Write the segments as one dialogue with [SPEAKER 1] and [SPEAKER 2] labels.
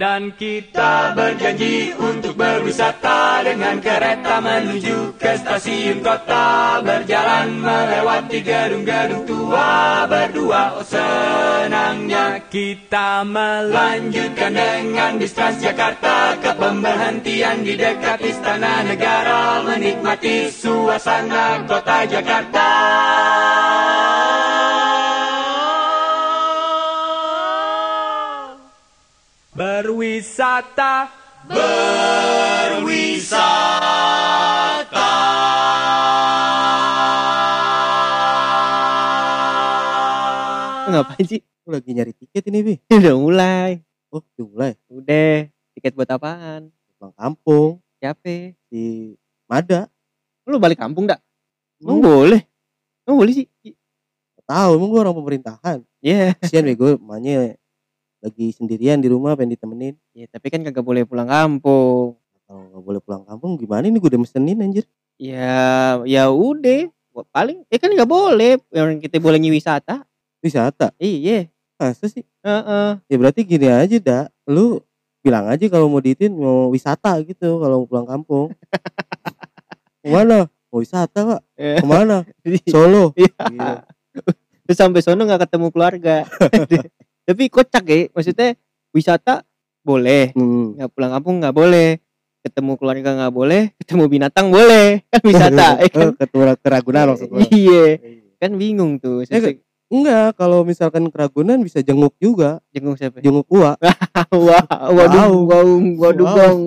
[SPEAKER 1] Dan kita berjanji untuk berwisata dengan kereta menuju ke stasiun kota Berjalan melewati gedung-gedung tua berdua Oh senangnya kita melanjutkan dengan bis Transjakarta Ke pemberhentian di dekat istana negara Menikmati suasana kota Jakarta Berwisata Berwisata
[SPEAKER 2] Ngapain sih? Lu lagi nyari tiket ini, Bi.
[SPEAKER 3] udah mulai
[SPEAKER 2] Oh, udah mulai.
[SPEAKER 3] udah tiket buat apaan
[SPEAKER 2] Pulang kampung
[SPEAKER 3] capek
[SPEAKER 2] di Mada.
[SPEAKER 3] lu balik kampung dak emang
[SPEAKER 2] Lu
[SPEAKER 3] boleh emang boleh sih I-
[SPEAKER 2] nggak tahu, emang gua orang pemerintahan.
[SPEAKER 3] iya
[SPEAKER 2] Kasihan bego, emaknya lagi sendirian di rumah pengen ditemenin.
[SPEAKER 3] Iya, tapi kan kagak boleh pulang kampung
[SPEAKER 2] Kalau nggak boleh pulang kampung gimana ini gua udah mesenin anjir.
[SPEAKER 3] ya ya udah Gua- paling ya kan nggak boleh orang kita boleh wisata
[SPEAKER 2] Wisata.
[SPEAKER 3] iya
[SPEAKER 2] Masa sih?
[SPEAKER 3] Heeh.
[SPEAKER 2] Ya berarti gini aja, dah. Lu bilang aja kalau mau diitin mau wisata gitu kalau mau pulang kampung. Mana? Mau wisata, Pak.
[SPEAKER 3] Iya.
[SPEAKER 2] Kemana?
[SPEAKER 3] Jadi-
[SPEAKER 2] Solo.
[SPEAKER 3] Iya.
[SPEAKER 2] Gila.
[SPEAKER 3] terus sampai sono nggak ketemu keluarga tapi kocak ya maksudnya wisata boleh
[SPEAKER 2] Hmm.
[SPEAKER 3] nggak pulang kampung nggak boleh ketemu keluarga nggak boleh ketemu binatang boleh kan wisata ya kan
[SPEAKER 2] Eh, Ketua keragunan maksud gua.
[SPEAKER 3] iya kan bingung tuh
[SPEAKER 2] kan-
[SPEAKER 3] Sosok
[SPEAKER 2] Enggak, kalau misalkan keragunan bisa jenguk juga,
[SPEAKER 3] jenguk siapa
[SPEAKER 2] jenguk ua.
[SPEAKER 3] wah waduh gaung waduh
[SPEAKER 2] Wow.
[SPEAKER 3] gaung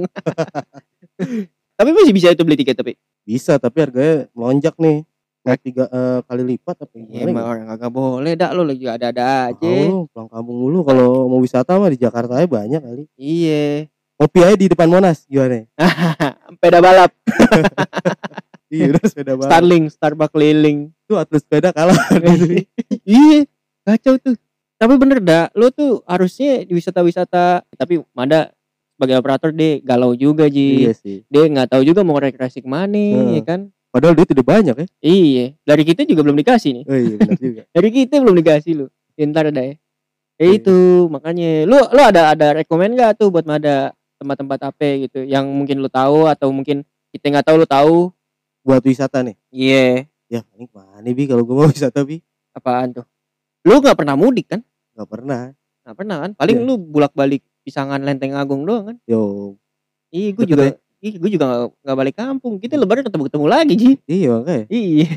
[SPEAKER 3] tapi masih bisa itu beli tiket tapi
[SPEAKER 2] Bisa, tapi harganya melonjak nih. Naik tiga eh, kali lipat apa
[SPEAKER 3] ya, emang orang kagak boleh dak lo lagi ada-ada
[SPEAKER 2] Iya, aja.
[SPEAKER 3] aja
[SPEAKER 2] pulang kampung dulu kalau mau wisata mah di Jakarta aja banyak kali.
[SPEAKER 3] iya
[SPEAKER 2] Kopi aja di depan Monas gimana?
[SPEAKER 3] sepeda balap
[SPEAKER 2] Iya, udah sepeda banget.
[SPEAKER 3] Starling Starbucks keliling
[SPEAKER 2] Itu atlet sepeda kalah.
[SPEAKER 3] iya kacau tuh tapi bener dak lo tuh harusnya di wisata-wisata tapi Mada sebagai operator dia galau juga ji
[SPEAKER 2] iya sih.
[SPEAKER 3] dia nggak tahu juga mau rekreasi kemana
[SPEAKER 2] Hmm.
[SPEAKER 3] ya kan
[SPEAKER 2] Padahal duit udah banyak ya.
[SPEAKER 3] iya dari kita juga belum dikasih nih
[SPEAKER 2] Oh iya benar juga.
[SPEAKER 3] dari kita belum dikasih lu ya, ntar ada ya ya
[SPEAKER 2] Iya.
[SPEAKER 3] itu makanya lu lu ada ada rekomend gak tuh buat mada tempat-tempat apa gitu yang mungkin lu tahu atau mungkin kita nggak tahu lu tahu
[SPEAKER 2] Buat wisata nih.
[SPEAKER 3] iya
[SPEAKER 2] Ya paling mana bi kalau gua mau wisata bi?
[SPEAKER 3] apaan tuh lu nggak pernah mudik kan
[SPEAKER 2] Gak pernah.
[SPEAKER 3] nggak pernah kan paling
[SPEAKER 2] Iya.
[SPEAKER 3] lu bolak-balik pisangan lenteng agung doang kan
[SPEAKER 2] Yo,
[SPEAKER 3] iya gue
[SPEAKER 2] Deket
[SPEAKER 3] juga iya gue juga nggak- nggak balik kampung kita lebaran ketemu ketemu lagi ji
[SPEAKER 2] iya makanya.
[SPEAKER 3] iya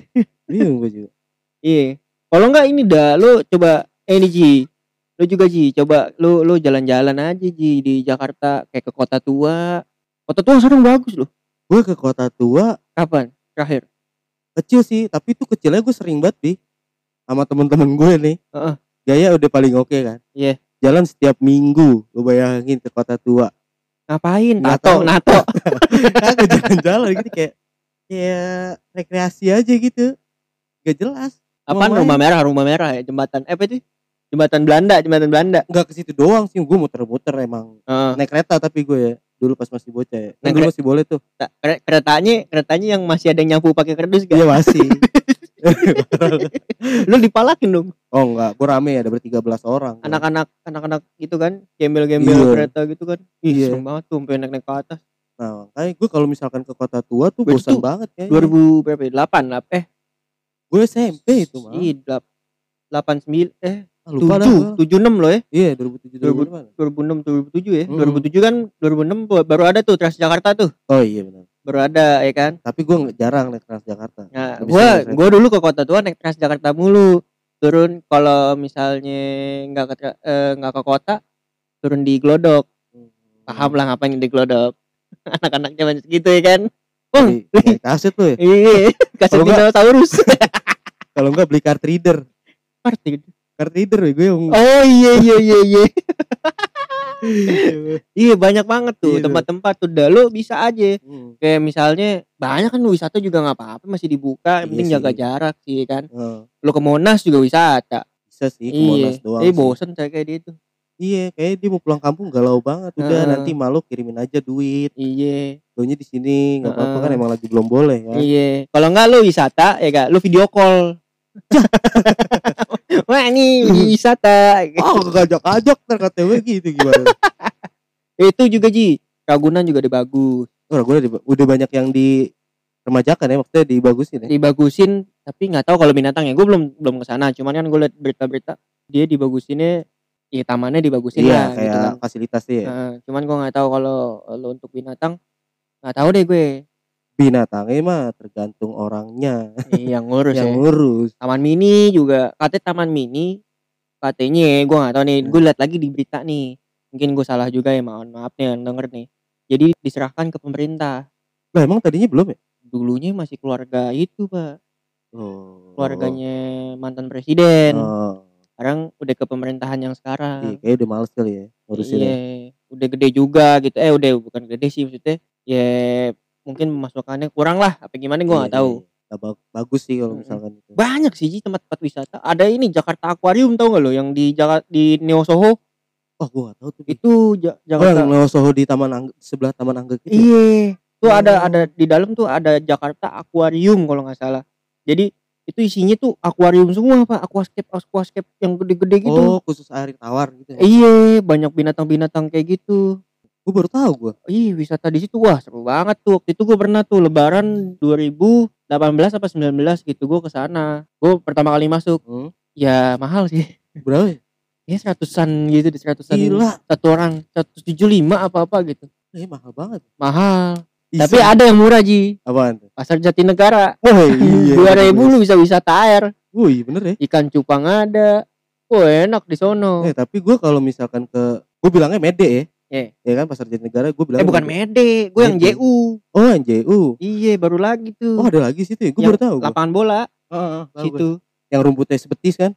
[SPEAKER 2] Bingung gua juga.
[SPEAKER 3] Iya. Kalau enggak ini dah lu coba eh ini Ji. Lu juga Ji, coba lu lu jalan-jalan aja Ji di Jakarta kayak ke kota tua. Kota tua sekarang bagus loh.
[SPEAKER 2] Gue ke kota tua
[SPEAKER 3] Kapan? Terakhir.
[SPEAKER 2] kecil sih tapi itu kecilnya gue sering banget bi sama temen-temen gue nih
[SPEAKER 3] Heeh.
[SPEAKER 2] gaya udah paling oke kan
[SPEAKER 3] Iya.
[SPEAKER 2] jalan setiap minggu lu bayangin ke kota tua
[SPEAKER 3] Ngapain?
[SPEAKER 2] Nggak
[SPEAKER 3] Nato,
[SPEAKER 2] tahu.
[SPEAKER 3] nato.
[SPEAKER 2] kagak jalan-jalan gitu kayak kayak rekreasi aja gitu gak jelas
[SPEAKER 3] Apaan
[SPEAKER 2] Mau main.
[SPEAKER 3] rumah merah, rumah merah ya, jembatan eh, apa itu? Jembatan Belanda, jembatan Belanda.
[SPEAKER 2] nggak ke situ doang sih gue muter-muter emang
[SPEAKER 3] Heeh.
[SPEAKER 2] naik kereta tapi gue ya dulu pas masih bocah ya
[SPEAKER 3] Naik
[SPEAKER 2] Kan dulu
[SPEAKER 3] kere-
[SPEAKER 2] masih boleh tuh
[SPEAKER 3] Ta- Nah, kere- keretanya, keretanya yang masih ada yang nyapu pakai kardus gak?
[SPEAKER 2] iya masih
[SPEAKER 3] Lu dipalakin dong.
[SPEAKER 2] oh enggak gue rame ada bertiga belas orang
[SPEAKER 3] Anak-anak, anak-anak gitu kan, gembel-gembel
[SPEAKER 2] Iya.
[SPEAKER 3] kereta gitu kan. Ih,
[SPEAKER 2] Iya.
[SPEAKER 3] serem banget tuh, sampai naik-naik ke atas.
[SPEAKER 2] nah makanya gue kalau misalkan ke kota tua tuh
[SPEAKER 3] Berarti
[SPEAKER 2] bosan
[SPEAKER 3] tuh
[SPEAKER 2] banget ya
[SPEAKER 3] 2000 berapa? ya? 8 lah. Eh,
[SPEAKER 2] gue SMP Eh, itu mah
[SPEAKER 3] Iya, delap- 89 eh
[SPEAKER 2] Ah, lupa dah
[SPEAKER 3] 7
[SPEAKER 2] gua.
[SPEAKER 3] 76 loh ya.
[SPEAKER 2] iya 2007 2008
[SPEAKER 3] 2006 2007 ya.
[SPEAKER 2] Mm.
[SPEAKER 3] 2007 kan 2006 bu- baru ada tuh Transjakarta tuh.
[SPEAKER 2] Oh iya benar.
[SPEAKER 3] Baru ada ya kan.
[SPEAKER 2] Tapi gue jarang naik Transjakarta.
[SPEAKER 3] Nah,
[SPEAKER 2] Nggak bisa
[SPEAKER 3] gua
[SPEAKER 2] naik kereta.
[SPEAKER 3] gua dulu ke kota tua naik Transjakarta mulu. Turun kalau misalnya nggak ke tra- eh, nggak ke kota turun di Glodok.
[SPEAKER 2] Hmm.
[SPEAKER 3] Paham lah ngapain di Glodok. Anak-anak zaman segitu ya kan. Wah,
[SPEAKER 2] Beli- beli kaset lu ya.
[SPEAKER 3] iya, kasih
[SPEAKER 2] Iya, Kalau nggak-
[SPEAKER 3] dinosaurus.
[SPEAKER 2] Kalau enggak beli card reader.
[SPEAKER 3] Arti-
[SPEAKER 2] Card reader ya gue yang
[SPEAKER 3] oh iya iya iya iya. Iya banyak banget tuh
[SPEAKER 2] Iya.
[SPEAKER 3] tempat-tempat tuh dah lo bisa aja
[SPEAKER 2] Hmm.
[SPEAKER 3] kayak misalnya banyak kan wisata juga nggak apa-apa masih dibuka yang
[SPEAKER 2] Iya
[SPEAKER 3] penting
[SPEAKER 2] sih.
[SPEAKER 3] jaga jarak sih kan
[SPEAKER 2] Eh,
[SPEAKER 3] lo ke Monas juga wisata
[SPEAKER 2] bisa sih ke
[SPEAKER 3] iya
[SPEAKER 2] Monas doang.
[SPEAKER 3] eh
[SPEAKER 2] sih.
[SPEAKER 3] bosen saya kayak dia tuh
[SPEAKER 2] Iya, kayaknya dia mau pulang kampung galau banget. Udah
[SPEAKER 3] Heeh.
[SPEAKER 2] nanti malu kirimin aja duit.
[SPEAKER 3] iya
[SPEAKER 2] Doanya di sini nggak apa-apa kan
[SPEAKER 3] Heeh.
[SPEAKER 2] emang lagi belum boleh kan.
[SPEAKER 3] iya kalau nggak lo wisata ya gak lo video call wah ini wisata
[SPEAKER 2] Oh, kagak ajak ntar kata gue gitu gimana.
[SPEAKER 3] itu juga Ji Ragunan juga udah bagus
[SPEAKER 2] Oh, gue udah, udah banyak yang di remajakan ya maksudnya dibagusin
[SPEAKER 3] Iya,
[SPEAKER 2] ya.
[SPEAKER 3] dibagusin tapi nggak tahu kalau binatang ya gue belum belum kesana cuman kan gue liat berita-berita dia dibagusinnya ya tamannya dibagusin
[SPEAKER 2] Iya,
[SPEAKER 3] lah
[SPEAKER 2] kayak
[SPEAKER 3] gitu kan
[SPEAKER 2] fasilitasnya ya.
[SPEAKER 3] Nah, cuman gue nggak tahu kalau lo untuk binatang nggak tahu deh gue
[SPEAKER 2] Binatangnya mah tergantung orangnya
[SPEAKER 3] yang ngurus
[SPEAKER 2] Iya, yang
[SPEAKER 3] ya.
[SPEAKER 2] ngurus.
[SPEAKER 3] Taman mini juga katanya taman mini katanya gue nggak tahu nih
[SPEAKER 2] Hmm.
[SPEAKER 3] gue liat lagi di berita nih mungkin gue salah juga ya mohon maaf nih yang denger nih jadi diserahkan ke pemerintah
[SPEAKER 2] Lah emang tadinya belum ya?
[SPEAKER 3] dulunya masih keluarga itu pak
[SPEAKER 2] Oh.
[SPEAKER 3] keluarganya mantan presiden
[SPEAKER 2] Oh.
[SPEAKER 3] sekarang udah ke pemerintahan yang
[SPEAKER 2] Iya,
[SPEAKER 3] sekarang
[SPEAKER 2] kayaknya udah males kali ya ngurusin.
[SPEAKER 3] iya
[SPEAKER 2] ya.
[SPEAKER 3] udah gede juga gitu eh udah bukan gede sih maksudnya ya mungkin pemasukannya kurang lah apa gimana gue nggak
[SPEAKER 2] Iya,
[SPEAKER 3] tahu
[SPEAKER 2] iya. Nggak ba- bagus sih kalau
[SPEAKER 3] Mm-mm.
[SPEAKER 2] misalkan itu.
[SPEAKER 3] banyak sih Ji tempat-tempat wisata ada ini Jakarta Aquarium tau gak lo yang di Jakarta di Neo Soho
[SPEAKER 2] Oh, gua gak tahu tuh.
[SPEAKER 3] itu Ja-
[SPEAKER 2] Oh, yang
[SPEAKER 3] Jakarta
[SPEAKER 2] Neo Soho di Taman Angg- sebelah Taman gitu. Anggrek itu.
[SPEAKER 3] iya tuh ada
[SPEAKER 2] Oh.
[SPEAKER 3] ada di dalam tuh ada Jakarta Aquarium kalau nggak salah jadi itu isinya tuh akuarium semua pak aquascape aquascape yang gede-gede gitu
[SPEAKER 2] Oh, khusus air tawar gitu. ya.
[SPEAKER 3] iya banyak binatang-binatang kayak gitu
[SPEAKER 2] Gua baru tahu gua.
[SPEAKER 3] Ih wisata di situ wah seru banget tuh waktu itu gue pernah tuh Lebaran 2018 apa 19 gitu gue ke sana gue pertama kali masuk
[SPEAKER 2] Hmm.
[SPEAKER 3] ya mahal sih
[SPEAKER 2] Berapa? ya?
[SPEAKER 3] ya seratusan gitu di seratusan
[SPEAKER 2] Gila.
[SPEAKER 3] satu orang 175 apa apa gitu
[SPEAKER 2] Eh, mahal banget.
[SPEAKER 3] mahal
[SPEAKER 2] Bisa.
[SPEAKER 3] tapi ada yang murah ji
[SPEAKER 2] apaan tuh?
[SPEAKER 3] pasar Jatinegara
[SPEAKER 2] Oh,
[SPEAKER 3] dua
[SPEAKER 2] iya.
[SPEAKER 3] ribu lu bisa wisata air
[SPEAKER 2] Wih, bener ya.
[SPEAKER 3] ikan cupang ada oh enak di sono
[SPEAKER 2] Eh, tapi gue kalau misalkan ke gue bilangnya mede ya.
[SPEAKER 3] Iya.
[SPEAKER 2] Ya kan pasar Jatinegara gue
[SPEAKER 3] eh
[SPEAKER 2] bilang.
[SPEAKER 3] bukan Mede gue yang
[SPEAKER 2] Mede.
[SPEAKER 3] JU
[SPEAKER 2] Oh, NJU.
[SPEAKER 3] iya baru lagi
[SPEAKER 2] Oh,
[SPEAKER 3] tuh
[SPEAKER 2] ada lagi situ ya. Gue
[SPEAKER 3] Yang
[SPEAKER 2] baru tahu. gua.
[SPEAKER 3] lapangan bola
[SPEAKER 2] Heeh, heeh, tahu gua.
[SPEAKER 3] situ
[SPEAKER 2] Yang rumputnya sebetis kan?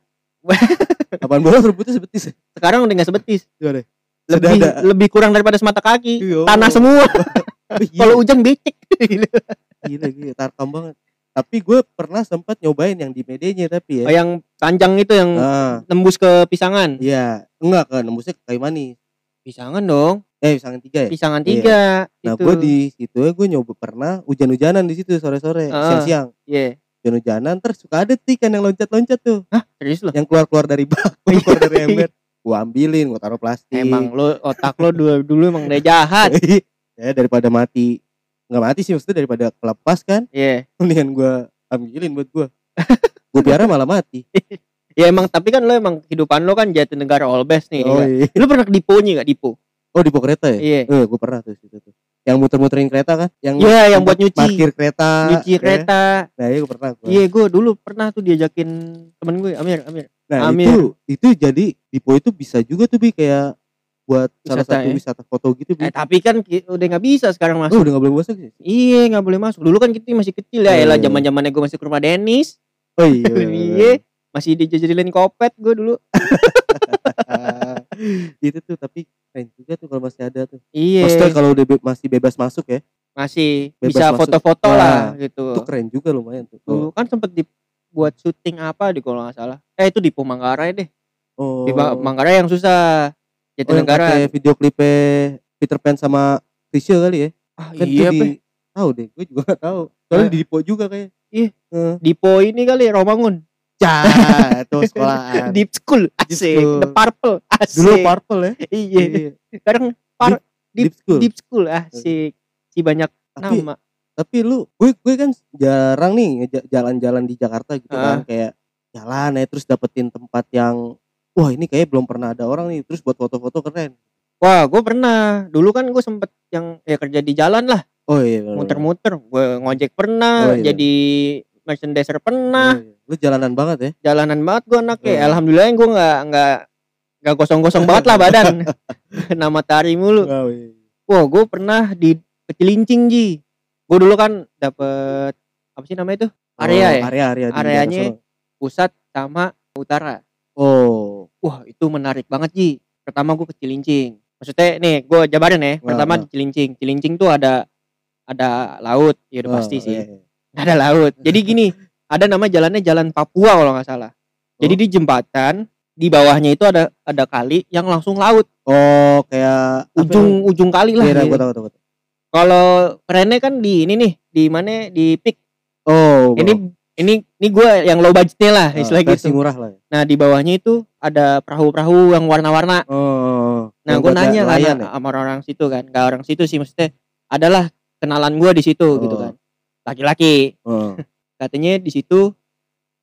[SPEAKER 2] Apaan bola rumputnya sebetis?
[SPEAKER 3] sekarang udah nggak sebetis
[SPEAKER 2] Gimana?
[SPEAKER 3] lebih
[SPEAKER 2] Sedada.
[SPEAKER 3] lebih kurang daripada semata kaki
[SPEAKER 2] Iya.
[SPEAKER 3] tanah semua
[SPEAKER 2] Oh, iya.
[SPEAKER 3] kalau hujan becek Gitu.
[SPEAKER 2] gila gila tarkam banget. Tapi gue pernah sempat nyobain yang di medenya tapi ya.
[SPEAKER 3] Oh, yang panjang itu yang
[SPEAKER 2] Nah,
[SPEAKER 3] tembus ke pisangan
[SPEAKER 2] iya, enggak kan nembusnya ke kayu manis.
[SPEAKER 3] pisangan dong
[SPEAKER 2] Eh, misalkan tiga ya.
[SPEAKER 3] pisangan
[SPEAKER 2] Iya.
[SPEAKER 3] tiga
[SPEAKER 2] Nah,
[SPEAKER 3] itu.
[SPEAKER 2] gue di situ ya gue nyoba pernah hujan-hujanan di situ sore-sore,
[SPEAKER 3] Ah.
[SPEAKER 2] siang-siang.
[SPEAKER 3] Iya.
[SPEAKER 2] hujan-hujanan terus suka ada tikan yang loncat-loncat tuh
[SPEAKER 3] Serius lo?
[SPEAKER 2] yang keluar-keluar dari bak keluar dari ember gua ambilin gua taruh plastik
[SPEAKER 3] Emang lo otak lo dulu, dulu emang udah jahat.
[SPEAKER 2] ya daripada mati nggak mati sih maksudnya daripada kelepas kan
[SPEAKER 3] Iya.
[SPEAKER 2] mendingan gua ambilin buat gua gua piara malah mati
[SPEAKER 3] Ya emang tapi kan lo emang kehidupan lo kan Jatinegara all best nih.
[SPEAKER 2] oh,
[SPEAKER 3] ya.
[SPEAKER 2] iya.
[SPEAKER 3] Lo pernah ke diponya gak dipo?
[SPEAKER 2] oh di bawah kereta
[SPEAKER 3] Iya.
[SPEAKER 2] ya eh gua pernah tuh situ tuh yang muter-muterin kereta kan yang
[SPEAKER 3] Iya, yang buat nyuci.
[SPEAKER 2] parkir kereta
[SPEAKER 3] Nyuci
[SPEAKER 2] ya.
[SPEAKER 3] kereta.
[SPEAKER 2] nah iya gua pernah gua.
[SPEAKER 3] Iya, gue dulu pernah tuh diajakin temen gue Amir, Amir.
[SPEAKER 2] nah
[SPEAKER 3] Amir.
[SPEAKER 2] itu itu jadi di po itu bisa juga tuh bi kayak buat salah
[SPEAKER 3] Wisata,
[SPEAKER 2] satu
[SPEAKER 3] ya.
[SPEAKER 2] wisata foto gitu bi
[SPEAKER 3] Eh tapi kan ki- udah nggak bisa sekarang
[SPEAKER 2] oh
[SPEAKER 3] masuk.
[SPEAKER 2] udah nggak boleh masuk sih
[SPEAKER 3] Iya, nggak boleh masuk. Dulu kan kita masih kecil ya,
[SPEAKER 2] Iya.
[SPEAKER 3] elah zaman-zamannya gue masih ke rumah Dennis.
[SPEAKER 2] oh iya
[SPEAKER 3] Iya. Masih dijajalin kopet gue dulu.
[SPEAKER 2] Ah, itu tuh tapi keren juga tuh kalau masih ada tuh. Maksudnya
[SPEAKER 3] Iya.
[SPEAKER 2] kalau udah be- masih bebas masuk ya,
[SPEAKER 3] Masih
[SPEAKER 2] Bebas
[SPEAKER 3] bisa
[SPEAKER 2] masuk.
[SPEAKER 3] foto-foto
[SPEAKER 2] Nah,
[SPEAKER 3] lah gitu.
[SPEAKER 2] itu keren juga lumayan tuh.
[SPEAKER 3] Dulu kan sempet dibuat syuting apa di kalau nggak salah. Eh itu di Pemanggarai deh.
[SPEAKER 2] Oh,
[SPEAKER 3] Di Ba- Manggarai yang susah.
[SPEAKER 2] oh, yang pakai
[SPEAKER 3] Jatinegara.
[SPEAKER 2] video klipnya Peter Pan sama Chrisye kali ya.
[SPEAKER 3] ah,
[SPEAKER 2] Kan
[SPEAKER 3] iya,
[SPEAKER 2] tuh
[SPEAKER 3] di...
[SPEAKER 2] di tahu deh, gue juga gak tahu. Soalnya
[SPEAKER 3] Eh.
[SPEAKER 2] di Dipo juga kayak.
[SPEAKER 3] Ih.
[SPEAKER 2] Heeh.
[SPEAKER 3] Dipo ini kali Romangun.
[SPEAKER 2] Cah, tuh sekolahan.
[SPEAKER 3] Deep School.
[SPEAKER 2] Deep
[SPEAKER 3] Asik.
[SPEAKER 2] Ya. School.
[SPEAKER 3] The Purple. Asik.
[SPEAKER 2] Dulu purple ya.
[SPEAKER 3] Iya.
[SPEAKER 2] Iya.
[SPEAKER 3] Sekarang
[SPEAKER 2] Deep school.
[SPEAKER 3] Deep School. Asik. Si banyak
[SPEAKER 2] Tapi
[SPEAKER 3] nama.
[SPEAKER 2] tapi lu gue gue kan jarang nih ngeja- jalan-jalan di Jakarta gitu
[SPEAKER 3] Ah.
[SPEAKER 2] kan kayak jalan ya terus dapetin tempat yang wah ini kayak belum pernah ada orang nih terus buat foto-foto keren
[SPEAKER 3] Wah gue pernah. Dulu kan gue sempet yang ya kerja di jalan lah.
[SPEAKER 2] oh iya bener-bener.
[SPEAKER 3] Muter-muter. Gue ngojek pernah.
[SPEAKER 2] Oh, iya.
[SPEAKER 3] Jadi merchandiser pernah.
[SPEAKER 2] Iya, iya. lu jalanan banget ya
[SPEAKER 3] jalanan banget gue anaknya
[SPEAKER 2] Hmm.
[SPEAKER 3] alhamdulillah gue nggak nggak nggak gosong-gosong banget lah badan nama matahari mulu
[SPEAKER 2] Wow, iya.
[SPEAKER 3] wah gue pernah di kecilincing ji gue dulu kan dapet apa sih namanya itu area
[SPEAKER 2] Oh,
[SPEAKER 3] ya
[SPEAKER 2] area area di
[SPEAKER 3] Areanya-
[SPEAKER 2] daerah
[SPEAKER 3] pusat sama utara
[SPEAKER 2] Solo. oh
[SPEAKER 3] wah itu menarik banget ji pertama gue kecilincing maksudnya nih gue jabarin ya pertama
[SPEAKER 2] ah.
[SPEAKER 3] di cilincing cilincing tuh ada ada laut ya udah pasti
[SPEAKER 2] Oh,
[SPEAKER 3] sih
[SPEAKER 2] iya, iya.
[SPEAKER 3] ada laut jadi gini ada nama jalannya jalan Papua kalau nggak salah jadi
[SPEAKER 2] Oh.
[SPEAKER 3] di jembatan di bawahnya itu ada ada kali yang langsung laut
[SPEAKER 2] oh kayak apa
[SPEAKER 3] ujung ujung kali
[SPEAKER 2] ya?
[SPEAKER 3] lah
[SPEAKER 2] Iya, iya,
[SPEAKER 3] gitu.
[SPEAKER 2] gua tahu, tahu, tahu.
[SPEAKER 3] kalau kerennya kan di ini nih di mana di pik
[SPEAKER 2] oh
[SPEAKER 3] ini
[SPEAKER 2] bawah.
[SPEAKER 3] ini ini gue yang low budgetnya lah istilah
[SPEAKER 2] versi
[SPEAKER 3] gitu
[SPEAKER 2] murah lah ya.
[SPEAKER 3] nah di bawahnya itu ada perahu-perahu yang warna-warna
[SPEAKER 2] Oh.
[SPEAKER 3] nah
[SPEAKER 2] yang
[SPEAKER 3] gue
[SPEAKER 2] buat
[SPEAKER 3] nanya kan
[SPEAKER 2] nelayan ya?
[SPEAKER 3] sama orang-orang situ kan gak orang situ sih maksudnya adalah kenalan gue di situ gitu
[SPEAKER 2] Oh.
[SPEAKER 3] kan laki-laki
[SPEAKER 2] Oh.
[SPEAKER 3] katanya di situ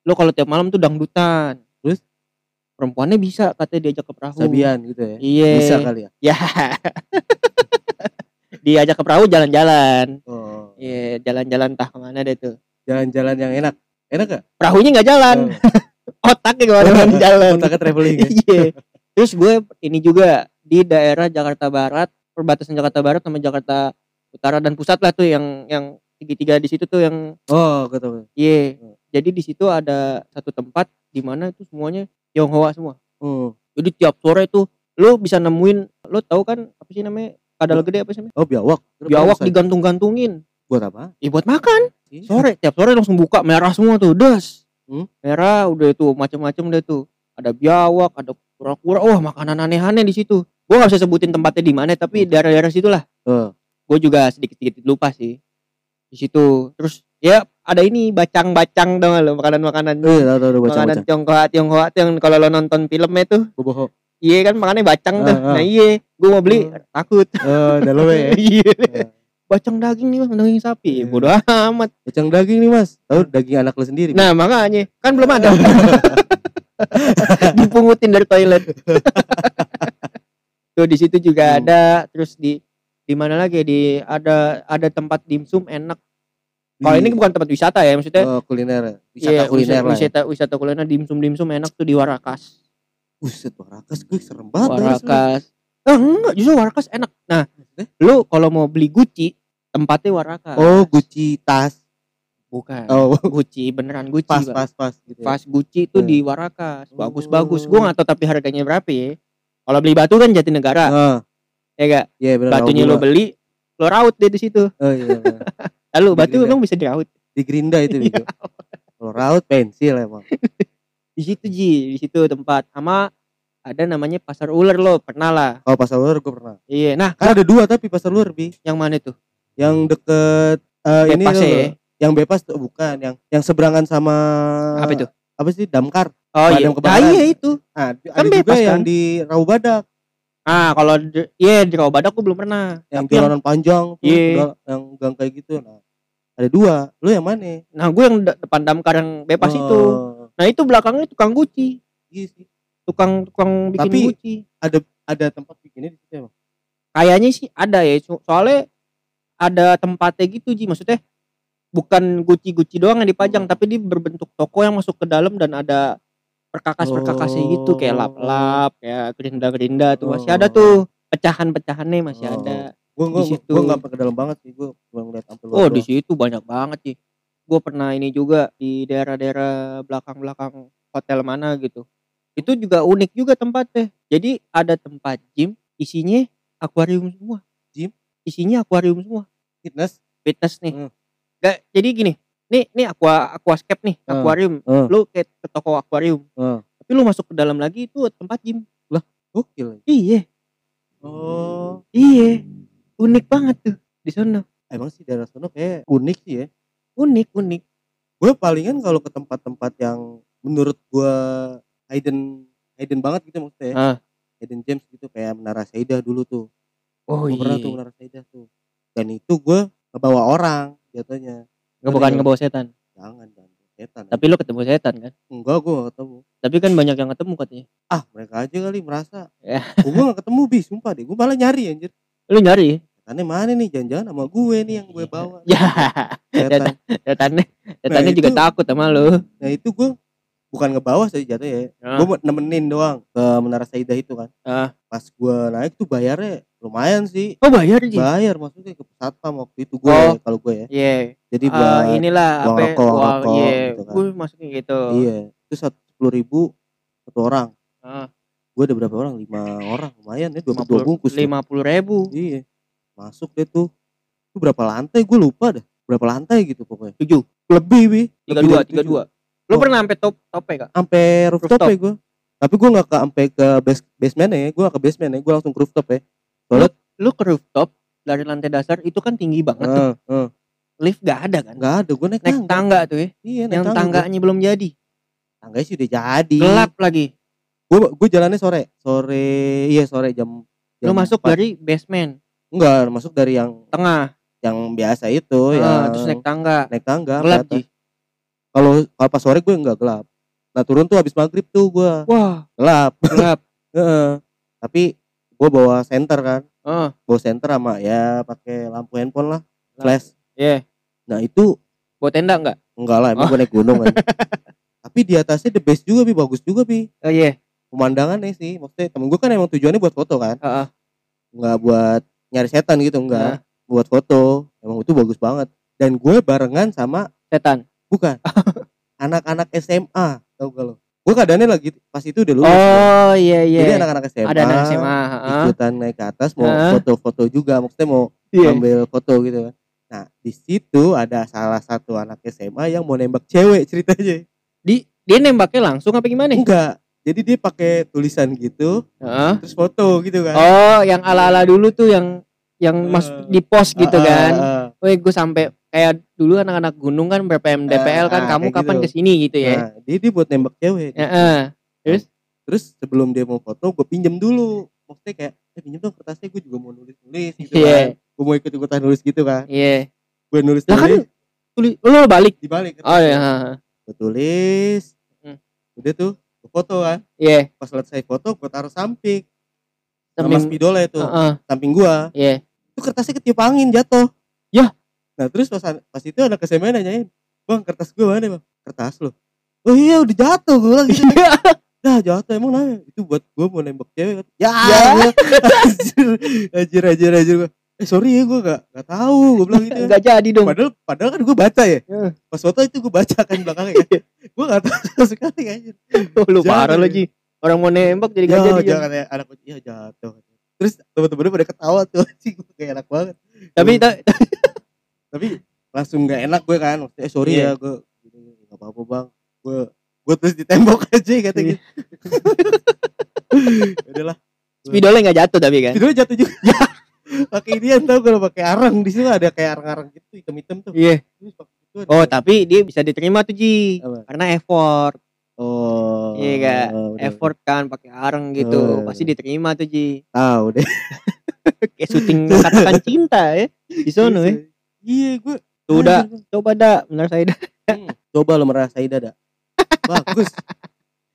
[SPEAKER 3] lo kalau tiap malam tuh dangdutan
[SPEAKER 2] Terus?
[SPEAKER 3] perempuannya bisa katanya diajak ke perahu
[SPEAKER 2] Sabian gitu ya.
[SPEAKER 3] iya
[SPEAKER 2] Bisa kali ya.
[SPEAKER 3] ya diajak ke perahu jalan-jalan
[SPEAKER 2] Oh.
[SPEAKER 3] iya jalan-jalan entah kemana deh tuh
[SPEAKER 2] Jalan-jalan yang enak. Enak gak?
[SPEAKER 3] perahunya nggak
[SPEAKER 2] Kan.
[SPEAKER 3] jalan otaknya kemana-mana jalan
[SPEAKER 2] Hmm. Otaknya traveling ya.
[SPEAKER 3] iya terus gue ini juga di daerah Jakarta Barat perbatasan Jakarta Barat sama Jakarta Utara dan pusat lah tuh yang yang tiga-tiga di situ tuh yang
[SPEAKER 2] Oh, gue tau.
[SPEAKER 3] Iya.
[SPEAKER 2] Hmm.
[SPEAKER 3] Jadi di situ ada satu tempat di mana itu semuanya Tionghoa semua.
[SPEAKER 2] Hmm.
[SPEAKER 3] Jadi tiap sore itu lu bisa nemuin lu tahu kan apa sih namanya? Kadal gede apa sih namanya?
[SPEAKER 2] Oh, biawak.
[SPEAKER 3] Biawak digantung-gantungin.
[SPEAKER 2] buat apa?
[SPEAKER 3] Ya buat makan.
[SPEAKER 2] Iya.
[SPEAKER 3] Sore tiap sore langsung buka merah semua tuh, das.
[SPEAKER 2] Hmm.
[SPEAKER 3] Merah udah itu macam-macam deh tuh. Ada biawak, ada kura-kura. Wah, makanan aneh-aneh di situ. Gua nggak bisa sebutin tempatnya di mana, tapi
[SPEAKER 2] Hmm.
[SPEAKER 3] daerah-daerah situlah.
[SPEAKER 2] Eh.
[SPEAKER 3] Gue juga sedikit-sedikit lupa sih. Di situ. Terus ya ada ini bacang-bacang dong lo makanan-makanan
[SPEAKER 2] Eh, tau tau tau baca
[SPEAKER 3] makanan
[SPEAKER 2] baca.
[SPEAKER 3] Tionghoa Tionghoa tuh yang kalau lo nonton filmnya tuh
[SPEAKER 2] Boboho.
[SPEAKER 3] iya kan makannya bacang tuh
[SPEAKER 2] Ah, ah.
[SPEAKER 3] nah iya gue mau beli takut
[SPEAKER 2] Eh, dalome ya.
[SPEAKER 3] iya
[SPEAKER 2] Ah.
[SPEAKER 3] bacang daging nih mas daging sapi
[SPEAKER 2] Iya.
[SPEAKER 3] bodoh amat
[SPEAKER 2] Kacang daging nih, Mas. Tahu daging anak lo sendiri.
[SPEAKER 3] nah makanya kan belum ada dipungutin dari toilet tuh di situ juga
[SPEAKER 2] Hmm.
[SPEAKER 3] ada terus di di mana lagi di ada ada tempat dimsum enak kalau ini bukan tempat wisata ya maksudnya
[SPEAKER 2] Iya. Oh, kuliner. ya. Wisata
[SPEAKER 3] iya,
[SPEAKER 2] kuliner lah. ya.
[SPEAKER 3] wisata, wisata kuliner dimsum dimsum enak tuh di Warakas
[SPEAKER 2] Buset, warakas gue serem banget.
[SPEAKER 3] Warakas. Ah, enggak, justru Warakas enak. Nah,
[SPEAKER 2] Eh?
[SPEAKER 3] lu kalau mau beli Gucci, tempatnya Warakas.
[SPEAKER 2] Oh, Gucci tas.
[SPEAKER 3] bukan.
[SPEAKER 2] Oh,
[SPEAKER 3] Gucci beneran Gucci,
[SPEAKER 2] pas
[SPEAKER 3] Pak.
[SPEAKER 2] pas pas gitu. ya.
[SPEAKER 3] Pas Gucci itu
[SPEAKER 2] Hmm.
[SPEAKER 3] di Warakas. Bagus-bagus.
[SPEAKER 2] Oh.
[SPEAKER 3] Gua nggak tahu tapi harganya berapa ya. Kalau beli batu kan Jatinegara,
[SPEAKER 2] Ah,
[SPEAKER 3] ya enggak?
[SPEAKER 2] iya benar.
[SPEAKER 3] Batunya lu beli, lu raut deh di situ.
[SPEAKER 2] Oh iya. benar.
[SPEAKER 3] Lalu
[SPEAKER 2] Di
[SPEAKER 3] batu
[SPEAKER 2] Gerinda.
[SPEAKER 3] emang bisa diraut.
[SPEAKER 2] Di gerinda itu
[SPEAKER 3] Iya.
[SPEAKER 2] gitu. Kalau raut pensil emang.
[SPEAKER 3] Di situ Ji, di situ tempat. Sama ada namanya pasar ular lo, pernah lah.
[SPEAKER 2] Kalau pasar luar gue pernah.
[SPEAKER 3] Iya, nah
[SPEAKER 2] Kan ada dua tapi pasar luar bi.
[SPEAKER 3] yang mana tuh?
[SPEAKER 2] Yang deket eh, ini
[SPEAKER 3] Bebas
[SPEAKER 2] tuh
[SPEAKER 3] ya.
[SPEAKER 2] loh. Yang bebas tuh bukan. Yang yang seberangan sama
[SPEAKER 3] Apa itu?
[SPEAKER 2] Ah, Apa sih damkar?
[SPEAKER 3] Oh iya,
[SPEAKER 2] Padam
[SPEAKER 3] ah,
[SPEAKER 2] Kebakaran.
[SPEAKER 3] iya itu.
[SPEAKER 2] Nah,
[SPEAKER 3] Kan
[SPEAKER 2] ada juga
[SPEAKER 3] bebas,
[SPEAKER 2] yang
[SPEAKER 3] kan?
[SPEAKER 2] di Rawu Badak.
[SPEAKER 3] Ah, kalau di- iya di Rawa Badak gua belum pernah.
[SPEAKER 2] Yang
[SPEAKER 3] Tapi yang-
[SPEAKER 2] jalanan panjang tuh,
[SPEAKER 3] Iya.
[SPEAKER 2] udah- yang gang kayak gitu. Nah, ada dua. Lu yang mana?
[SPEAKER 3] Nah gue yang de- depan damkar yang bebas itu.
[SPEAKER 2] Oh,
[SPEAKER 3] Nah itu belakangnya tukang guci.
[SPEAKER 2] iya sih.
[SPEAKER 3] Tukang tukang bikin
[SPEAKER 2] Tapi-
[SPEAKER 3] guci.
[SPEAKER 2] Ada tempat bikinnya di situ emang.
[SPEAKER 3] Kayaknya sih ada ya. so- Soalnya ada tempatnya gitu Ji. Maksudnya bukan guci-guci doang yang dipajang.
[SPEAKER 2] Hmm.
[SPEAKER 3] Tapi dia berbentuk toko yang masuk ke dalam dan ada perkakas-perkakasnya gitu. Kayak
[SPEAKER 2] Oh.
[SPEAKER 3] lap-lap. Kayak gerinda-gerinda tuh. Masih
[SPEAKER 2] Oh.
[SPEAKER 3] ada tuh. Pecahan-pecahannya masih
[SPEAKER 2] Oh.
[SPEAKER 3] ada.
[SPEAKER 2] Gua gua
[SPEAKER 3] Di situ.
[SPEAKER 2] gua enggak ke dalam banget sih. Gua cuma ngeliat sampai luar.
[SPEAKER 3] Oh
[SPEAKER 2] doang.
[SPEAKER 3] di situ banyak banget sih. Gue pernah ini juga di daerah-daerah belakang-belakang hotel mana gitu. Itu juga unik juga tempatnya. Jadi ada tempat gym, isinya akuarium semua.
[SPEAKER 2] Gym?
[SPEAKER 3] Isinya akuarium semua.
[SPEAKER 2] fitness.
[SPEAKER 3] Fitness nih.
[SPEAKER 2] Hmm.
[SPEAKER 3] Gak, jadi gini, nih nih aqua aquascape nih,
[SPEAKER 2] Hmm.
[SPEAKER 3] akuarium.
[SPEAKER 2] Hmm.
[SPEAKER 3] Lu kayak ke toko akuarium.
[SPEAKER 2] Hmm.
[SPEAKER 3] Tapi lu masuk ke dalam lagi itu tempat gym.
[SPEAKER 2] Gokil.
[SPEAKER 3] Iya,
[SPEAKER 2] Oh,
[SPEAKER 3] iya. Unik banget tuh di sana.
[SPEAKER 2] emang sih daerah sono kayak unik sih ya.
[SPEAKER 3] Unik, unik.
[SPEAKER 2] gue palingan kalau ke tempat-tempat yang menurut gue hidden hidden banget gitu maksudnya ya.
[SPEAKER 3] Ah.
[SPEAKER 2] hidden gems gitu kayak Menara Saidah dulu tuh
[SPEAKER 3] Oh
[SPEAKER 2] gue pernah tuh Menara Saidah tuh dan itu gue ngebawa orang jatuhnya
[SPEAKER 3] Bukan ngebawa setan.
[SPEAKER 2] jangan jangan setan
[SPEAKER 3] Tapi lu ketemu setan kan?
[SPEAKER 2] enggak gue gak ketemu
[SPEAKER 3] Tapi kan banyak yang ketemu katanya.
[SPEAKER 2] ah mereka aja kali merasa
[SPEAKER 3] Ya.
[SPEAKER 2] gue gak ketemu bi sumpah deh gue malah nyari anjir
[SPEAKER 3] Lu nyari?
[SPEAKER 2] setannya mana nih jangan-jangan sama gue nih yang gue bawa
[SPEAKER 3] Ya,
[SPEAKER 2] setan
[SPEAKER 3] setannya, setannya
[SPEAKER 2] Nah,
[SPEAKER 3] juga
[SPEAKER 2] itu-
[SPEAKER 3] takut sama lu.
[SPEAKER 2] nah itu gue bukan ngebawa sih jatuhnya ya
[SPEAKER 3] Ah.
[SPEAKER 2] gue nemenin doang ke Menara Saidah itu kan
[SPEAKER 3] Ah.
[SPEAKER 2] pas gue naik tuh bayarnya lumayan sih
[SPEAKER 3] Oh bayar sih.
[SPEAKER 2] bayar maksudnya ke satpam waktu itu gue
[SPEAKER 3] Oh.
[SPEAKER 2] kalau gue ya
[SPEAKER 3] Iya.
[SPEAKER 2] jadi
[SPEAKER 3] Eh,
[SPEAKER 2] buat
[SPEAKER 3] inilah
[SPEAKER 2] uang
[SPEAKER 3] apa?
[SPEAKER 2] rokok, uang
[SPEAKER 3] uang-
[SPEAKER 2] rokok
[SPEAKER 3] Iya.
[SPEAKER 2] gitu kan.
[SPEAKER 3] Gue masukin gitu.
[SPEAKER 2] iya itu satu puluh ribu satu orang
[SPEAKER 3] Ah.
[SPEAKER 2] gue ada berapa orang lima orang lumayan ya dua, dua
[SPEAKER 3] 50
[SPEAKER 2] bungkus tuh.
[SPEAKER 3] lima puluh ribu,
[SPEAKER 2] iya masuk deh tuh itu berapa lantai gue lupa dah berapa lantai gitu pokoknya
[SPEAKER 3] tujuh,
[SPEAKER 2] lebih bi
[SPEAKER 3] tiga
[SPEAKER 2] Lebih
[SPEAKER 3] dua,
[SPEAKER 2] dari
[SPEAKER 3] tiga
[SPEAKER 2] tujuh.
[SPEAKER 3] dua. Lu
[SPEAKER 2] Oh.
[SPEAKER 3] pernah sampai top tope kak?
[SPEAKER 2] sampai rooftop,
[SPEAKER 3] Rooftop.
[SPEAKER 2] ya gue tapi gue nggak ke sampai ke base basement ya gue nggak ke basement ya gue langsung ke rooftop ya
[SPEAKER 3] Lu ke rooftop dari lantai dasar itu kan tinggi banget tuh.
[SPEAKER 2] Heeh, heeh.
[SPEAKER 3] lift gak ada kan?
[SPEAKER 2] Enggak Eh. ada gue naik,
[SPEAKER 3] Naik
[SPEAKER 2] tangga.
[SPEAKER 3] tangga tuh ya.
[SPEAKER 2] Iya,
[SPEAKER 3] Yang
[SPEAKER 2] naik tangga. Iya. gua.
[SPEAKER 3] tangganya belum jadi.
[SPEAKER 2] Tangganya sih udah jadi.
[SPEAKER 3] Gelap lagi.
[SPEAKER 2] Gue gue jalannya sore. Sore iya sore jam
[SPEAKER 3] Lu
[SPEAKER 2] jam
[SPEAKER 3] masuk
[SPEAKER 2] empat.
[SPEAKER 3] dari basement
[SPEAKER 2] Enggak, masuk dari yang
[SPEAKER 3] tengah.
[SPEAKER 2] yang biasa itu
[SPEAKER 3] Ah,
[SPEAKER 2] yang
[SPEAKER 3] terus naik tangga.
[SPEAKER 2] naik tangga.
[SPEAKER 3] Gelap
[SPEAKER 2] ke atas.
[SPEAKER 3] sih.
[SPEAKER 2] Kalau kalau pas sore gue enggak gelap. Nah turun tuh habis maghrib tuh gue
[SPEAKER 3] Wah,
[SPEAKER 2] gelap.
[SPEAKER 3] gelap.
[SPEAKER 2] Heeh. Tapi gue bawa senter kan,
[SPEAKER 3] Heeh.
[SPEAKER 2] bawa senter sama ya pakai lampu handphone lah, flash.
[SPEAKER 3] Iya.
[SPEAKER 2] Nah itu
[SPEAKER 3] Bawa tenda enggak?
[SPEAKER 2] enggak lah, emang
[SPEAKER 3] Oh.
[SPEAKER 2] gue naik gunung kan. Tapi di atasnya the best juga bi, bagus juga bi.
[SPEAKER 3] Oh iya.
[SPEAKER 2] Pemandangannya sih, maksudnya temen gue kan emang tujuannya buat foto kan,
[SPEAKER 3] Heeh.
[SPEAKER 2] nggak buat nyari setan gitu, enggak. Buat foto, emang itu bagus banget. Dan gue barengan sama
[SPEAKER 3] Setan.
[SPEAKER 2] bukan anak-anak SMA, tau gak lo? Gue keadaannya lagi pas itu udah lulus.
[SPEAKER 3] Oh iya iya.
[SPEAKER 2] Jadi anak-anak SMA,
[SPEAKER 3] Ada anak SMA. heeh.
[SPEAKER 2] ikutan naik ke atas mau
[SPEAKER 3] Ah.
[SPEAKER 2] foto-foto juga, maksudnya mau
[SPEAKER 3] Iya.
[SPEAKER 2] ambil foto gitu kan. Nah, di situ ada salah satu anak SMA yang mau nembak cewek ceritanya.
[SPEAKER 3] Di dia nembaknya langsung apa gimana?
[SPEAKER 2] Enggak. Jadi dia pakai tulisan gitu,
[SPEAKER 3] Heeh.
[SPEAKER 2] terus foto gitu kan.
[SPEAKER 3] Oh, yang ala-ala dulu tuh yang yang mas
[SPEAKER 2] Eh.
[SPEAKER 3] di pos gitu
[SPEAKER 2] Ah, ah,
[SPEAKER 3] kan.
[SPEAKER 2] ah, ah.
[SPEAKER 3] Woi, gue sampai kayak dulu anak-anak gunung kan BPM DPL kan
[SPEAKER 2] ah,
[SPEAKER 3] kamu
[SPEAKER 2] kayak
[SPEAKER 3] kapan
[SPEAKER 2] gitu.
[SPEAKER 3] kesini gitu ya.
[SPEAKER 2] Nah, jadi dia buat nembak cewek.
[SPEAKER 3] Heeh.
[SPEAKER 2] Terus sebelum dia mau foto, gue pinjem dulu. Maksudnya kayak, eh pinjem dong kertasnya, gue juga mau nulis-nulis gitu
[SPEAKER 3] Iya.
[SPEAKER 2] kan. Gue mau ikut-ikutan nulis gitu kan.
[SPEAKER 3] Iya.
[SPEAKER 2] Gue nulis-nulis,
[SPEAKER 3] Lah kan tuli- lu balik.
[SPEAKER 2] dibalik.
[SPEAKER 3] Oh iya.
[SPEAKER 2] kertasnya.
[SPEAKER 3] heeh.
[SPEAKER 2] Gue tulis,
[SPEAKER 3] Hmm.
[SPEAKER 2] udah tuh, gue foto kan.
[SPEAKER 3] Iya.
[SPEAKER 2] Pas selesai foto, gue taruh samping. Sama
[SPEAKER 3] Samping-
[SPEAKER 2] spidolnya itu,
[SPEAKER 3] Heeh.
[SPEAKER 2] samping gua.
[SPEAKER 3] Iya.
[SPEAKER 2] itu kertasnya ketiup angin jatuh.
[SPEAKER 3] Yah.
[SPEAKER 2] Nah terus pas, pas itu anak SMA nanyain, bang kertas gue mana bang? Kertas lo. Oh iya udah jatuh gue bilang gitu.
[SPEAKER 3] Iya.
[SPEAKER 2] Dah jatuh emang nanya. Itu buat gue mau nembak cewek. Ya.
[SPEAKER 3] Ya.
[SPEAKER 2] gua. anjir, anjir, anjir, anjir gue. Eh sorry ya gue gak, gak tahu gue bilang gitu. kan.
[SPEAKER 3] Enggak jadi dong.
[SPEAKER 2] Padahal, padahal kan gue baca ya.
[SPEAKER 3] Heeh.
[SPEAKER 2] Pas foto itu gue baca kan belakangnya kan. gue gak tahu sama sekali anjir.
[SPEAKER 3] Lu
[SPEAKER 2] Jangan.
[SPEAKER 3] parah lu, Ji. Orang mau nembak jadi kan.
[SPEAKER 2] Ya
[SPEAKER 3] enggak jadi.
[SPEAKER 2] jangan ya anak gue. Ya jatuh. Terus temen-temennya pada ketawa tuh. Anjing gue kayak enak banget.
[SPEAKER 3] Tapi ta-
[SPEAKER 2] tapi langsung nggak enak gue kan Maksudnya, eh sorry
[SPEAKER 3] Iya.
[SPEAKER 2] ya gue gini nggak apa-apa bang gue gue terus di tembok aja kata
[SPEAKER 3] Iya.
[SPEAKER 2] gitu udahlah
[SPEAKER 3] spidolnya enggak jatuh tapi kan.
[SPEAKER 2] tidurnya jatuh juga pakai dia tau kalau pakai arang di situ ada kayak arang-arang gitu hitam-hitam tuh
[SPEAKER 3] Iya.
[SPEAKER 2] Terus waktu itu ada-
[SPEAKER 3] Oh, tapi dia bisa diterima tuh, Ji.
[SPEAKER 2] Apa?
[SPEAKER 3] Karena effort.
[SPEAKER 2] oh
[SPEAKER 3] Iya, Kak.
[SPEAKER 2] udah,
[SPEAKER 3] effort kan pakai areng gitu
[SPEAKER 2] Eh.
[SPEAKER 3] pasti diterima tuh Ji
[SPEAKER 2] tahu deh
[SPEAKER 3] kayak syuting katakan cinta ya di sono ya
[SPEAKER 2] iya gue
[SPEAKER 3] Tuh, dah. coba dah benar saya dah
[SPEAKER 2] Hmm, coba lo merasai dada bagus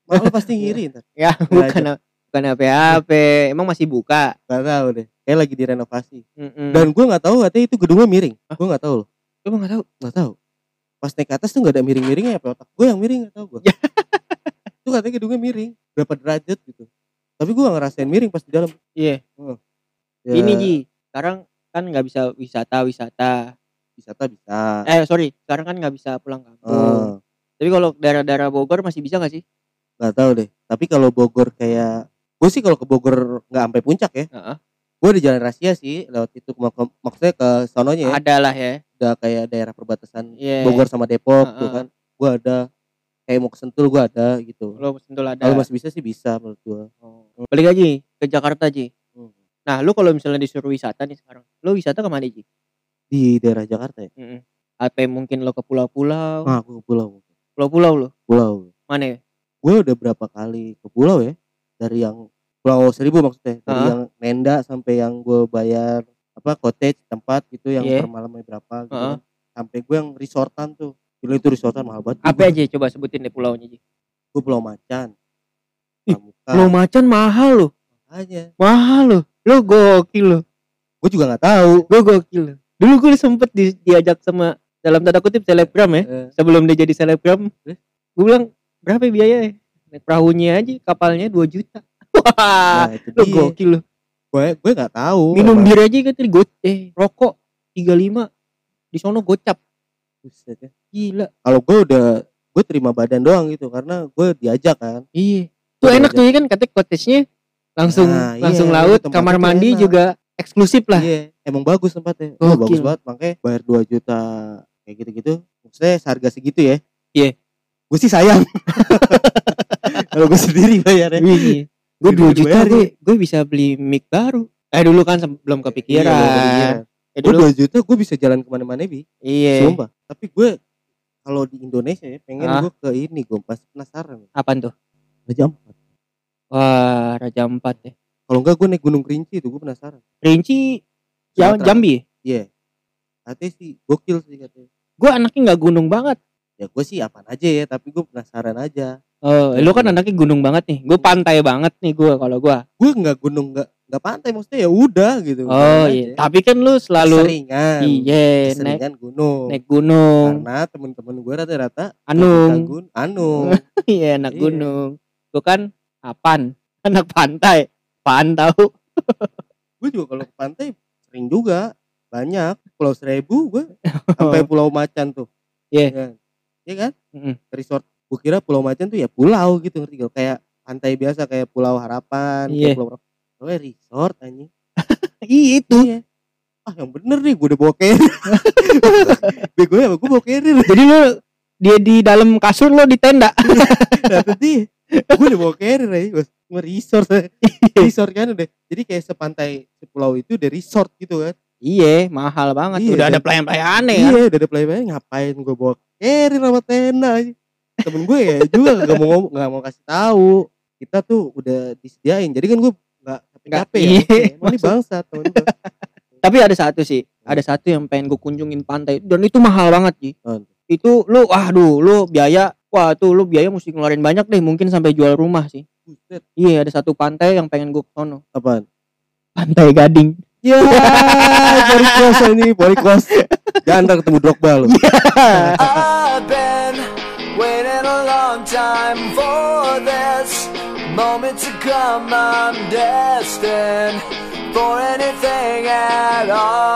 [SPEAKER 2] Mak lo pasti ngiri ntar
[SPEAKER 3] ya bukan bukan apa-apa emang masih buka
[SPEAKER 2] Gak tau deh Kayak lagi direnovasi
[SPEAKER 3] Mm-mm.
[SPEAKER 2] Dan gue nggak tahu katanya itu gedungnya miring. Gue nggak tahu loh,
[SPEAKER 3] Hmm. Emang nggak tahu
[SPEAKER 2] nggak tahu. Pas naik ke atas tuh nggak ada miring-miringnya apa otak gue yang miring nggak tahu gue.
[SPEAKER 3] Ya.
[SPEAKER 2] itu katanya gedungnya miring berapa derajat gitu. Tapi gue nggak ngerasain miring pas di dalam.
[SPEAKER 3] iya
[SPEAKER 2] Ya,
[SPEAKER 3] ini Ji sekarang kan nggak bisa wisata wisata
[SPEAKER 2] Wisata bisa.
[SPEAKER 3] eh sorry sekarang kan nggak bisa pulang kampung
[SPEAKER 2] Eh,
[SPEAKER 3] tapi kalau daerah-daerah Bogor masih bisa nggak sih
[SPEAKER 2] Nggak tahu deh. Tapi kalau Bogor kayak gue sih kalau ke Bogor nggak sampai puncak ya.
[SPEAKER 3] Heeh.
[SPEAKER 2] Gue di jalan rahasia sih lewat itu mak- maksudnya ke sononya ya.
[SPEAKER 3] ada lah ya
[SPEAKER 2] Udah kayak daerah perbatasan
[SPEAKER 3] Iya.
[SPEAKER 2] Bogor sama Depok tuh
[SPEAKER 3] Heeh.
[SPEAKER 2] kan. Gue ada kayak mau ke Sentul gue ada gitu.
[SPEAKER 3] kalau Oh. sentul ada
[SPEAKER 2] Kalau masih bisa sih bisa menurut gue.
[SPEAKER 3] balik lagi ke Jakarta Ji
[SPEAKER 2] Hmm.
[SPEAKER 3] nah lu kalau misalnya disuruh wisata nih sekarang lu wisata kemana Ji
[SPEAKER 2] di daerah Jakarta ya?
[SPEAKER 3] Mm-mm. Apa yang mungkin lo ke pulau-pulau?
[SPEAKER 2] Nah, aku ke pulau.
[SPEAKER 3] Pulau-pulau lo.
[SPEAKER 2] Pulau.
[SPEAKER 3] Mana ya?
[SPEAKER 2] Gue udah berapa kali ke pulau ya? Dari yang Pulau Seribu maksudnya, dari
[SPEAKER 3] Heeh.
[SPEAKER 2] yang Nenda sampai yang gue bayar apa cottage tempat gitu yang
[SPEAKER 3] Iya.
[SPEAKER 2] per malamnya berapa gitu.
[SPEAKER 3] Heeh.
[SPEAKER 2] kan. Sampai gue yang resortan tuh. Gila itu resortan mahal banget.
[SPEAKER 3] Apa aja coba sebutin deh pulaunya, Ji.
[SPEAKER 2] Gue Pulau Macan.
[SPEAKER 3] Ih,
[SPEAKER 2] Pramuka.
[SPEAKER 3] Macan mahal lo.
[SPEAKER 2] Aja.
[SPEAKER 3] Mahal lo. Lo gokil lo.
[SPEAKER 2] Gue juga nggak tahu.
[SPEAKER 3] Gue gokil lo. Dulu gue sempet di- diajak sama dalam tanda kutip selebgram ya.
[SPEAKER 2] Eh,
[SPEAKER 3] Sebelum dia jadi selebgram,
[SPEAKER 2] Terus?
[SPEAKER 3] gue bilang berapa ya biaya ya? Naik perahunya aja, kapalnya 2 juta. Wah,
[SPEAKER 2] nah, itu
[SPEAKER 3] lo
[SPEAKER 2] dia.
[SPEAKER 3] gokil lo.
[SPEAKER 2] Gue gue nggak tahu.
[SPEAKER 3] Minum
[SPEAKER 2] Emang.
[SPEAKER 3] bir aja kan tadi go- eh rokok 35 di sono gocap.
[SPEAKER 2] Buset ya.
[SPEAKER 3] Gila.
[SPEAKER 2] Kalau gue udah gue terima badan doang gitu karena gue diajak kan.
[SPEAKER 3] Iya. Tuh
[SPEAKER 2] Udah
[SPEAKER 3] enak
[SPEAKER 2] aja.
[SPEAKER 3] tuh ya kan katanya cottage-nya langsung
[SPEAKER 2] Nah, iya,
[SPEAKER 3] langsung laut,
[SPEAKER 2] tempatnya
[SPEAKER 3] kamar
[SPEAKER 2] tuh
[SPEAKER 3] mandi
[SPEAKER 2] enak.
[SPEAKER 3] juga eksklusif lah.
[SPEAKER 2] Iya, emang bagus tempatnya. Oh,
[SPEAKER 3] Gokil.
[SPEAKER 2] bagus banget makanya bayar 2 juta kayak gitu-gitu. Maksudnya harga segitu ya.
[SPEAKER 3] Iya.
[SPEAKER 2] Gue sih sayang. Kalau gue sendiri bayarnya.
[SPEAKER 3] Wih, Gue 2
[SPEAKER 2] Jadi udah
[SPEAKER 3] juta
[SPEAKER 2] dibayarin.
[SPEAKER 3] gue gue bisa beli mic baru. Eh dulu kan sebelum
[SPEAKER 2] Iya,
[SPEAKER 3] kepikiran.
[SPEAKER 2] iya.
[SPEAKER 3] Ya
[SPEAKER 2] Gue
[SPEAKER 3] dulu.
[SPEAKER 2] 2 juta gue bisa jalan kemana-mana bi.
[SPEAKER 3] Iya.
[SPEAKER 2] Sumpah. Tapi gue kalau di Indonesia ya pengen
[SPEAKER 3] Ah.
[SPEAKER 2] gue ke ini gue pasti penasaran.
[SPEAKER 3] Apaan tuh?
[SPEAKER 2] Raja Ampat.
[SPEAKER 3] Wah, Raja Ampat ya.
[SPEAKER 2] Kalau enggak gue naik Gunung Kerinci itu gue penasaran.
[SPEAKER 3] Rinci Jam-
[SPEAKER 2] Sumatera.
[SPEAKER 3] Jambi.
[SPEAKER 2] Iya. Katanya sih gokil sih katanya.
[SPEAKER 3] Gua anaknya nggak gunung banget.
[SPEAKER 2] Ya gue sih apaan aja ya tapi gue penasaran aja.
[SPEAKER 3] Oh,
[SPEAKER 2] Iya,
[SPEAKER 3] lu kan anaknya gunung banget nih. Gue pantai banget nih gua kalau gua.
[SPEAKER 2] Gue nggak gunung nggak nggak pantai maksudnya ya udah gitu.
[SPEAKER 3] Oh iya. Tapi kan lu selalu
[SPEAKER 2] Seringan.
[SPEAKER 3] iya naik
[SPEAKER 2] Seringan gunung.
[SPEAKER 3] naik gunung.
[SPEAKER 2] Karena temen-temen gue rata-rata
[SPEAKER 3] Anung.
[SPEAKER 2] Gunung. Anung.
[SPEAKER 3] Iya anak
[SPEAKER 2] Iya.
[SPEAKER 3] gunung. Gue kan apan, anak pantai. Pan tahu.
[SPEAKER 2] gue juga kalau ke pantai sering juga banyak pulau seribu gue sampai pulau macan
[SPEAKER 3] Oh.
[SPEAKER 2] tuh
[SPEAKER 3] Iya.
[SPEAKER 2] kan? Iya kan
[SPEAKER 3] Mm.
[SPEAKER 2] resort gue kira pulau macan tuh ya pulau gitu ngerti gak kayak pantai biasa kayak pulau harapan
[SPEAKER 3] Iya.
[SPEAKER 2] kayak pulau berapa. Oh, ya resort anjing
[SPEAKER 3] Iya itu.
[SPEAKER 2] iya ah yang bener nih gue udah bawa carrier bego ya gue bawa carrier
[SPEAKER 3] Jadi lu dia di dalam kasur lo di tenda.
[SPEAKER 2] nah tadi gue udah bawa carrier ya gue Gua resort
[SPEAKER 3] Iya.
[SPEAKER 2] resort kan udah jadi kayak sepantai sepulau itu udah resort gitu kan
[SPEAKER 3] Iya, mahal banget.
[SPEAKER 2] Iya,
[SPEAKER 3] Udah
[SPEAKER 2] dan-
[SPEAKER 3] ada pelayan-pelayannya kan.
[SPEAKER 2] Iya, udah ada playboy ngapain gue bawa carry sama tenda aja. Temen gue ya juga gak mau ngomong, gak mau kasih tahu. Kita tuh udah disediain. Jadi kan gue gak
[SPEAKER 3] Nggak,
[SPEAKER 2] capek-capek
[SPEAKER 3] iya,
[SPEAKER 2] ya. Emang ini
[SPEAKER 3] maksud-
[SPEAKER 2] bangsat temen gue.
[SPEAKER 3] Tapi ada satu sih, ada satu yang pengen gue kunjungin pantai dan itu mahal banget sih.
[SPEAKER 2] Hmm.
[SPEAKER 3] Itu lu aduh, lu biaya wah tuh lu biaya mesti ngeluarin banyak deh, mungkin sampai jual rumah sih.
[SPEAKER 2] Buset,
[SPEAKER 3] Iya, ada satu pantai yang pengen gue sono.
[SPEAKER 2] apaan?
[SPEAKER 3] Pantai Gading.
[SPEAKER 2] Ya, Bori Kos ini, Bori Kos. Jangan ntar ketemu Drogba lu.
[SPEAKER 1] I've been waiting a long time for this moment to come. I'm destined for anything at all.